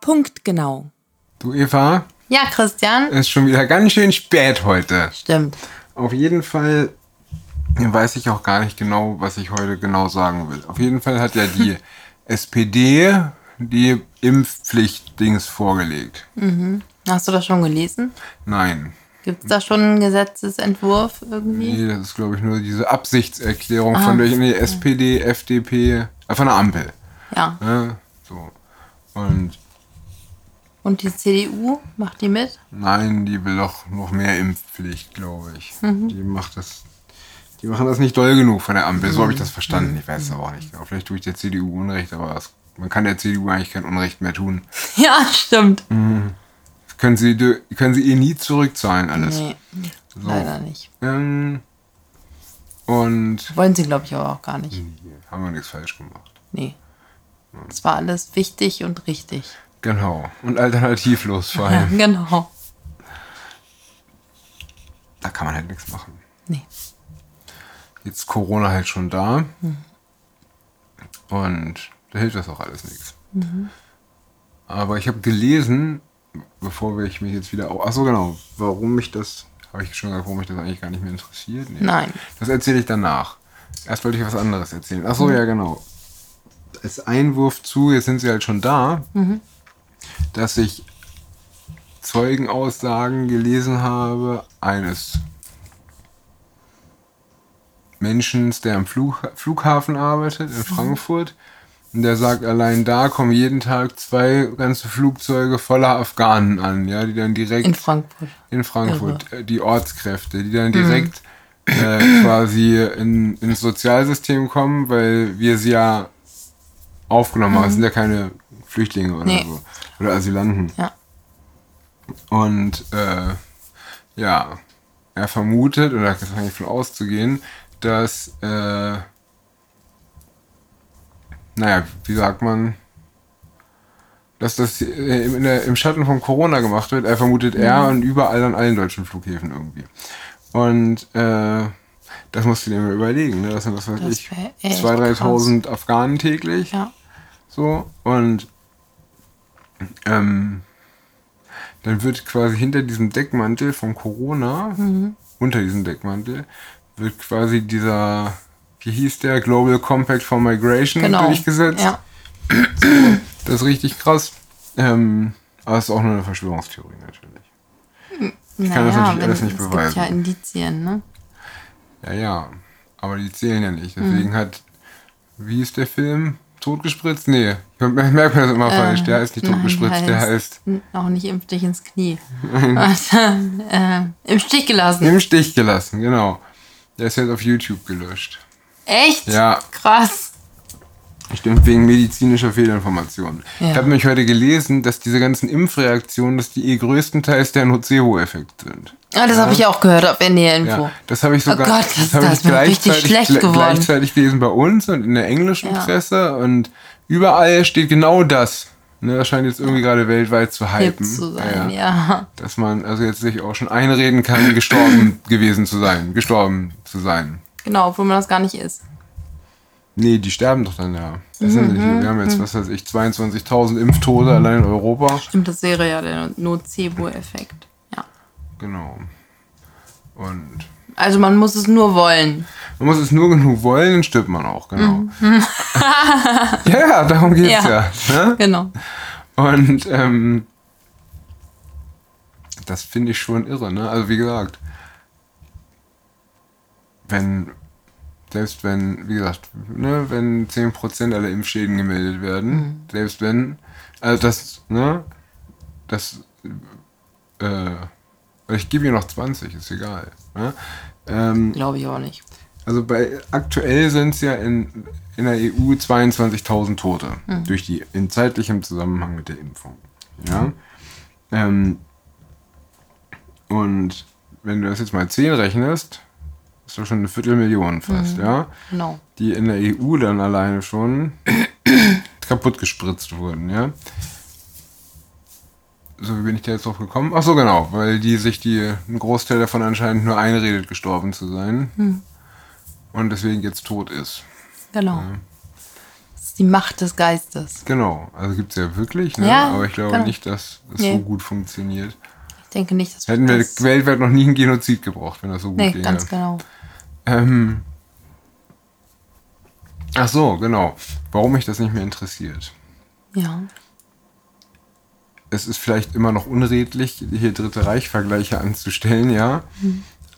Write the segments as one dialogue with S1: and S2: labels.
S1: Punktgenau.
S2: Du Eva,
S1: Ja, Christian.
S2: ist schon wieder ganz schön spät heute.
S1: Stimmt.
S2: Auf jeden Fall weiß ich auch gar nicht genau, was ich heute genau sagen will. Auf jeden Fall hat ja die SPD die Impfpflicht-Dings vorgelegt.
S1: Hast du das schon gelesen?
S2: Nein.
S1: Gibt es da schon einen Gesetzesentwurf irgendwie?
S2: Nee, das ist, glaube ich, nur diese Absichtserklärung von der nee, SPD, FDP, äh, von der Ampel.
S1: Ja.
S2: Ne? So. Und
S1: Und die CDU, macht die mit?
S2: Nein, die will doch noch mehr Impfpflicht, glaube ich. Die macht das. Die machen das nicht doll genug von der Ampel. So habe ich das verstanden. Ich weiß es aber auch nicht. genau. Vielleicht tue ich der CDU Unrecht, aber es, man kann der CDU eigentlich kein Unrecht mehr tun.
S1: Ja, stimmt.
S2: Hm. Das können sie, dö- können sie ihr nie zurückzahlen, alles.
S1: Nee, leider nicht.
S2: Ähm, und
S1: Wollen sie, glaube ich, aber auch gar
S2: Hm.
S1: nicht.
S2: haben wir nichts falsch gemacht.
S1: Nee. Es war alles wichtig und richtig.
S2: Genau. Und alternativlos vor allem.
S1: Genau.
S2: Da kann man halt nichts machen.
S1: Nee.
S2: Jetzt Corona halt schon da. Und da hilft das auch alles nichts. Aber ich habe gelesen, bevor ich mich jetzt wieder. au- Ach so genau, warum mich das. Habe ich schon gesagt, warum mich das eigentlich gar nicht mehr interessiert? Nee.
S1: Nein.
S2: Das erzähle ich danach. Erst wollte ich was anderes erzählen. Ach so, ja, genau. Als Einwurf zu, jetzt sind sie halt schon da, dass ich Zeugenaussagen gelesen habe eines Menschen, der am Flug, Flughafen arbeitet in Frankfurt. Und der sagt, allein da kommen jeden Tag zwei ganze Flugzeuge voller Afghanen an, ja, die dann direkt
S1: In Frankfurt.
S2: in Frankfurt, äh, die Ortskräfte, die dann direkt äh, quasi in, ins Sozialsystem kommen, weil wir sie ja aufgenommen haben. Es sind ja keine Flüchtlinge oder
S1: Nee.
S2: so. Oder Asylanten.
S1: Ja.
S2: Und äh, ja, er vermutet, oder da fange ich von auszugehen, dass, äh, naja, wie sagt man, dass das äh, im, in der, im Schatten von Corona gemacht wird. Er vermutet
S1: Mhm.
S2: er und überall an allen deutschen Flughäfen irgendwie. Und äh, das musst du dir mal überlegen. Ne? Das sind, was weiß
S1: Das
S2: ich,
S1: wär echt
S2: 2.000, 3.000 Afghanen täglich.
S1: Ja.
S2: So, und ähm, dann wird quasi hinter diesem Deckmantel von Corona,
S1: Mhm.
S2: unter diesem Deckmantel, wird quasi dieser, wie hieß der, Global Compact for Migration
S1: Genau.
S2: durchgesetzt.
S1: Ja.
S2: Das ist richtig krass. Ähm, aber es ist auch nur eine Verschwörungstheorie natürlich.
S1: Ich
S2: kann das natürlich alles nicht
S1: Es
S2: beweisen.
S1: gibt ja Indizien, ne?
S2: Ja, ja. Aber die zählen ja nicht.
S1: Mhm.
S2: Deswegen hat, wie ist der Film? Totgespritzt? Nee, ich merke mir das immer falsch. Der heißt nicht
S1: Äh, Nein,
S2: totgespritzt, der heißt
S1: Auch nicht impf dich ins Knie. äh, Im Stich gelassen.
S2: im Stich gelassen, genau. Der ist jetzt auf YouTube gelöscht.
S1: Echt?
S2: Ja.
S1: Krass.
S2: Stimmt, wegen medizinischer Fehlinformationen.
S1: Ja.
S2: Ich habe nämlich heute gelesen, dass diese ganzen Impfreaktionen, dass die eh größtenteils der Nocebo-Effekt sind.
S1: Ah, das habe ich auch gehört auf NDR Info.
S2: Ja, das habe ich sogar
S1: Oh Gott, das-
S2: habe
S1: da
S2: ich
S1: ist mir richtig
S2: gleichzeitig-
S1: schlecht
S2: gle-
S1: geworden.
S2: gleichzeitig gelesen bei uns und in der englischen
S1: Ja.
S2: Presse und überall steht genau das. Ne, das scheint jetzt irgendwie gerade weltweit zu
S1: Hip
S2: hypen.
S1: zu sein,
S2: Ja, ja.
S1: ja.
S2: Dass man also jetzt sich auch schon einreden kann, gestorben gewesen zu sein, gestorben zu sein.
S1: Genau, obwohl man das gar nicht ist.
S2: Nee, die sterben doch dann ja. Das sind nicht, wir haben jetzt, was weiß ich, 22.000 Impftote allein in Europa.
S1: Stimmt, das wäre ja der Nocebo-Effekt. Ja.
S2: Genau. Und
S1: Also man muss es nur wollen.
S2: Man muss es nur genug wollen, dann stirbt man auch, genau. ja, ja, darum geht's
S1: Ja.
S2: ja. ne?
S1: Genau.
S2: Und ähm, das finde ich schon irre, ne? Also wie gesagt, wenn, selbst wenn, wie gesagt, ne, wenn 10% aller Impfschäden gemeldet werden, selbst wenn, also das, ne, das, äh, ich gebe ihr noch 20, ist egal. Ne? Ähm,
S1: Glaube ich auch nicht.
S2: also bei aktuell sind es ja in, in der EU 22.000 Tote durch die in zeitlichem Zusammenhang mit der Impfung. Ja. Ähm, und wenn du das jetzt mal 10 rechnest, ist doch schon eine Viertelmillion fast, ja,
S1: Genau.
S2: die in der EU dann alleine schon kaputt gespritzt wurden, ja. So, wie bin ich da jetzt drauf gekommen? Ach so, genau, weil die sich die, ein Großteil davon anscheinend nur einredet, gestorben
S1: Hm.
S2: zu sein und deswegen jetzt tot ist.
S1: Genau. Das die Macht des Geistes.
S2: Genau, also gibt es ja wirklich, ne?
S1: Ja,
S2: aber ich glaube
S1: genau.
S2: nicht, dass es so
S1: Nee.
S2: gut funktioniert.
S1: Ich denke nicht, dass
S2: Hätten wir
S1: das,
S2: weltweit noch nie einen Genozid gebraucht, wenn das so gut
S1: Nee,
S2: ginge.
S1: ganz genau.
S2: Ähm, ach so, genau. Warum mich das nicht mehr interessiert.
S1: Ja.
S2: Es ist vielleicht immer noch unredlich, hier Dritte Reich-Vergleiche anzustellen, ja.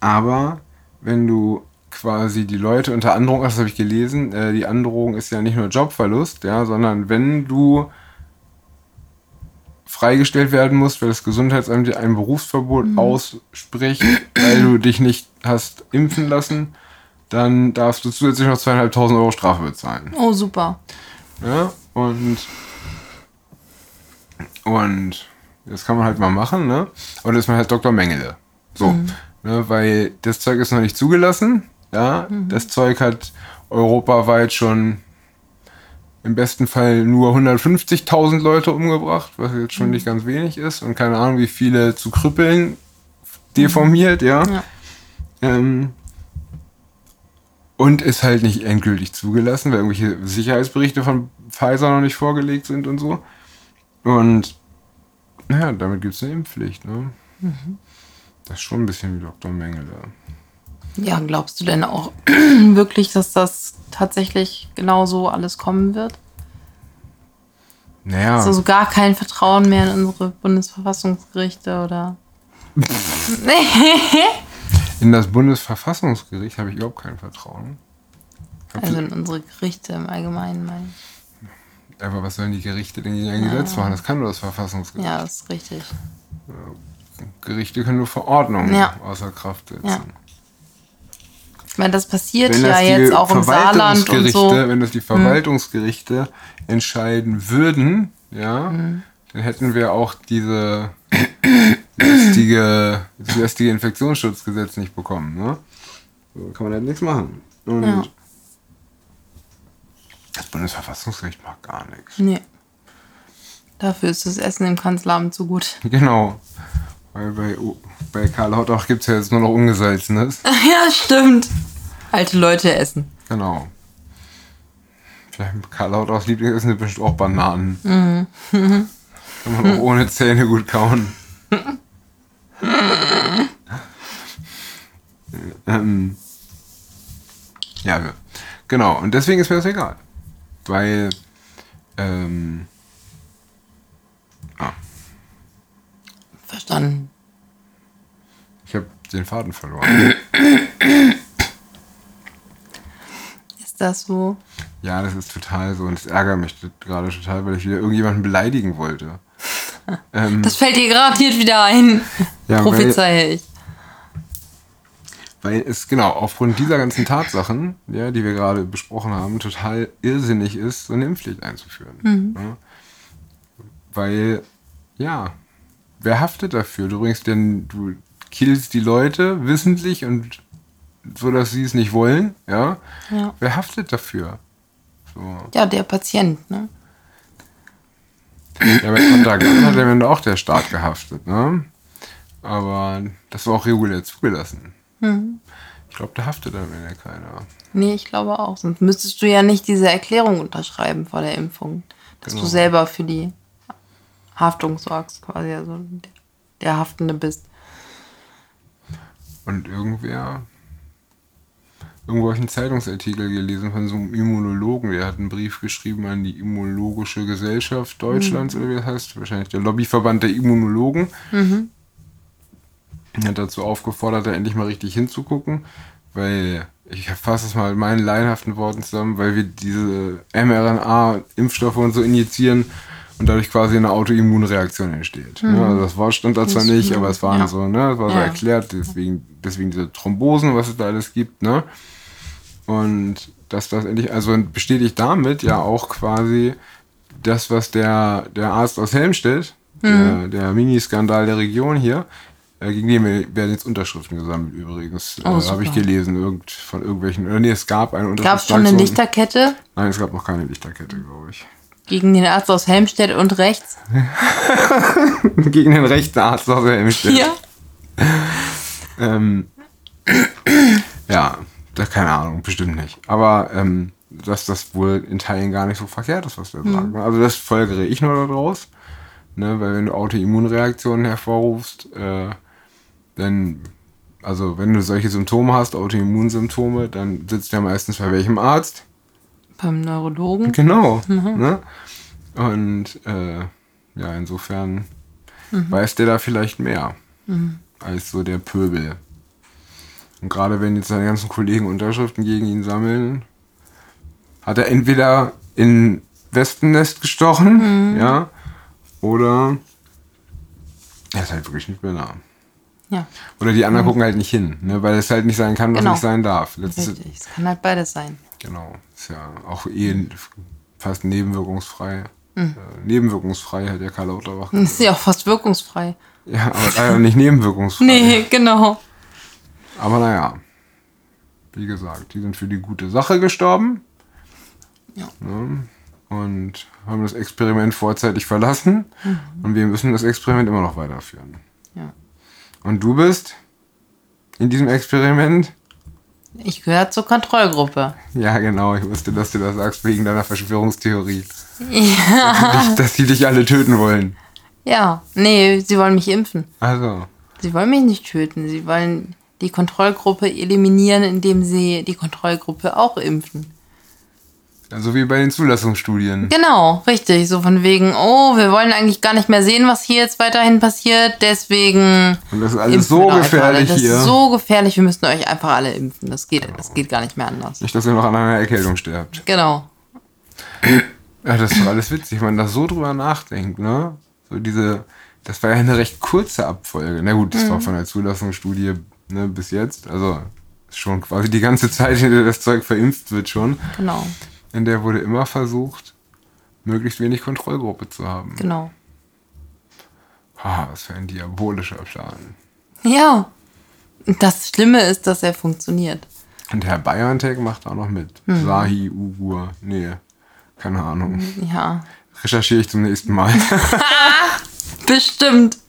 S2: Aber wenn du quasi die Leute unter Androhung, das habe ich gelesen, äh, die Androhung ist ja nicht nur Jobverlust, ja, sondern wenn du freigestellt werden musst, weil das Gesundheitsamt dir ein Berufsverbot ausspricht, weil du dich nicht hast impfen lassen, dann darfst du zusätzlich noch zweieinhalbtausend Euro Strafe bezahlen.
S1: Oh, super.
S2: Ja, und. Und das kann man halt mal machen, ne? Und das ist man halt Dr. Mengele. So. Ne, weil das Zeug ist noch nicht zugelassen. Ja, das Zeug hat europaweit schon im besten Fall nur 150.000 Leute umgebracht, was jetzt schon nicht ganz wenig ist. Und keine Ahnung, wie viele zu krüppeln deformiert, ja.
S1: Ja.
S2: Ähm, und ist halt nicht endgültig zugelassen, weil irgendwelche Sicherheitsberichte von Pfizer noch nicht vorgelegt sind und so. Und naja, damit gibt es eine Impfpflicht. Ne?
S1: Mhm.
S2: Das ist schon ein bisschen wie Dr. Mengele.
S1: Ja, Ähm, glaubst du denn auch wirklich, dass das tatsächlich genauso alles kommen wird?
S2: Naja,
S1: Also so gar kein Vertrauen mehr in unsere Bundesverfassungsgerichte oder.
S2: in das Bundesverfassungsgericht habe ich überhaupt kein Vertrauen. Hab-
S1: Also in unsere Gerichte im Allgemeinen, meine ich.
S2: Aber was sollen die Gerichte denn gegen ein Gesetz machen? Das kann nur das Verfassungsgericht.
S1: Ja, das ist richtig.
S2: Gerichte können nur Verordnungen
S1: Ja.
S2: außer Kraft setzen.
S1: Ja. Ich meine, das passiert
S2: wenn
S1: ja
S2: das die
S1: jetzt auch im Saarland und
S2: Verwaltungsgerichte,
S1: so. Hm.
S2: wenn das die Verwaltungsgerichte entscheiden würden, ja,
S1: Hm.
S2: dann hätten wir auch diese lästige, das lästige Infektionsschutzgesetz nicht bekommen, ne? So kann man halt nichts machen. Und
S1: Ja.
S2: das Bundesverfassungsgericht macht gar nichts.
S1: Nee. Dafür ist das Essen im Kanzleramt so gut.
S2: Genau. Weil bei, bei Karl Hottach gibt es ja jetzt nur noch Ungesalzenes.
S1: ja, stimmt. Alte Leute essen.
S2: Genau. Vielleicht Karl Lauters Lieblingsessen sind bestimmt auch Bananen. Kann man auch ohne Zähne gut kauen. ähm, ja, ge- genau. Und deswegen ist mir das egal. Weil, ähm, ah,
S1: Verstanden.
S2: ich habe den Faden verloren.
S1: Ist das so?
S2: ja, das ist total so. Und es ärgert mich gerade total, weil ich wieder irgendjemanden beleidigen wollte. Ähm,
S1: Das fällt dir garantiert wieder ein.
S2: Ja,
S1: Prophezeie ich.
S2: Weil es genau aufgrund dieser ganzen Tatsachen, ja, die wir gerade besprochen haben, total irrsinnig ist, so eine Impfpflicht einzuführen. Ja. Weil, ja, wer haftet dafür? Du bringst denn, du killst die Leute wissentlich und so, dass sie es nicht wollen, ja?
S1: Ja.
S2: Wer haftet dafür? So.
S1: ja, der Patient, ne?
S2: Ja, bei Kontagan hat am Ende auch der Staat gehaftet, ne? Aber das war auch regulär zugelassen. Ich glaube, da haftet am Ende keiner.
S1: Nee, ich glaube auch. Sonst müsstest du ja nicht diese Erklärung unterschreiben vor der Impfung. Dass
S2: Genau.
S1: du selber für die Haftung sorgst, quasi. Also der- der Haftende bist.
S2: Und irgendwer. Irgendwo habe ich einen Zeitungsartikel gelesen von so einem Immunologen, der hat einen Brief geschrieben an die Immunologische Gesellschaft Deutschlands, oder wie das heißt, wahrscheinlich der Lobbyverband der Immunologen. Er hat dazu aufgefordert, da endlich mal richtig hinzugucken, weil ich fasse es mal in meinen laienhaften Worten zusammen, weil wir diese mRNA-Impfstoffe und so injizieren und dadurch quasi eine Autoimmunreaktion entsteht. Ja, also das Wort stand da zwar nicht, aber es waren
S1: ja.
S2: so, ne, es war so
S1: Ja.
S2: erklärt, deswegen, deswegen diese Thrombosen, was es da alles gibt, ne? Und dass das endlich, also bestätigt damit ja auch quasi das, was der, der Arzt aus Helmstedt,
S1: Mhm.
S2: der, der Miniskandal der Region hier, äh, gegen den wir- werden jetzt Unterschriften gesammelt übrigens.
S1: Oh,
S2: äh,
S1: super.
S2: Habe ich gelesen, irgend von irgendwelchen. Oder nee, es gab eine
S1: Gab es schon eine
S2: Lichterkette?
S1: Lichterkette
S2: Nein, es gab noch keine Lichterkette, glaube ich.
S1: gegen den Arzt aus Helmstedt und rechts?
S2: gegen den rechten Arzt aus Helmstedt.
S1: Hier?
S2: Ähm, ja, da keine Ahnung, bestimmt nicht. Aber ähm, dass das wohl in Teilen gar nicht so verkehrt ist, was wir sagen. Also das folgere ich nur daraus. Ne? Weil wenn du Autoimmunreaktionen hervorrufst, äh, dann, also wenn du solche Symptome hast, Autoimmunsymptome, dann sitzt ja meistens bei welchem Arzt?
S1: Beim Neurologen.
S2: Genau.
S1: Mhm.
S2: Ne? Und äh, ja, insofern
S1: Mhm.
S2: weiß der da vielleicht mehr als so der Pöbel. Und gerade wenn jetzt seine ganzen Kollegen Unterschriften gegen ihn sammeln, hat er entweder in Wespennest
S1: Mhm.
S2: gestochen, ja, oder er ist halt wirklich nicht mehr nah.
S1: Ja,
S2: Oder die anderen gucken halt nicht hin, ne, weil es halt nicht sein kann, was
S1: Mhm. Genau.
S2: nicht sein darf. Letztes,
S1: richtig. Es kann halt beides sein.
S2: Genau, ist ja auch eh fast nebenwirkungsfrei.
S1: Hm.
S2: Äh, nebenwirkungsfrei hat ja Karl Lauterbach.
S1: Das ist ja auch fast wirkungsfrei.
S2: ja, aber leider nicht nebenwirkungsfrei.
S1: Nee, genau.
S2: Aber naja, wie gesagt, die sind für die gute Sache gestorben.
S1: Ja.
S2: Ne? Und haben das Experiment vorzeitig verlassen.
S1: Mhm.
S2: Und wir müssen das Experiment immer noch weiterführen.
S1: Ja.
S2: Und du bist in diesem Experiment?
S1: Ich gehöre zur Kontrollgruppe.
S2: Ja, genau, ich wusste, dass du das sagst wegen deiner Verschwörungstheorie. Ja. Dass die dich alle töten wollen.
S1: Ja, nee, sie wollen mich impfen.
S2: Also,
S1: Sie wollen mich nicht töten. Sie wollen die Kontrollgruppe eliminieren, indem sie die Kontrollgruppe auch impfen.
S2: also wie bei den Zulassungsstudien.
S1: Genau, richtig. So von wegen, oh, wir wollen eigentlich gar nicht mehr sehen, was hier jetzt weiterhin passiert. Deswegen.
S2: Und das ist alles
S1: impfen
S2: so
S1: wir doch einfach alle.
S2: gefährlich
S1: das
S2: hier.
S1: Ist so gefährlich, wir müssen euch einfach alle impfen. Das geht, das geht gar nicht mehr anders.
S2: Nicht, dass ihr noch an einer Erkältung stirbt.
S1: Genau.
S2: Ja, das ist doch alles witzig, wenn man da so drüber nachdenkt, ne? So diese, das war ja eine recht kurze Abfolge. Na gut, das
S1: Mhm.
S2: war von der Zulassungsstudie ne, bis jetzt. Also schon quasi die ganze Zeit, in der das Zeug verimpft wird schon.
S1: Genau.
S2: In der wurde immer versucht, möglichst wenig Kontrollgruppe zu haben.
S1: Genau.
S2: Ah, was für ein diabolischer Plan.
S1: Ja. Das Schlimme ist, dass er funktioniert.
S2: Und Herr BioNTech macht auch noch mit. Sahi, Ugur, nee, keine Ahnung.
S1: Ja.
S2: Recherchiere ich zum nächsten Mal.
S1: Bestimmt.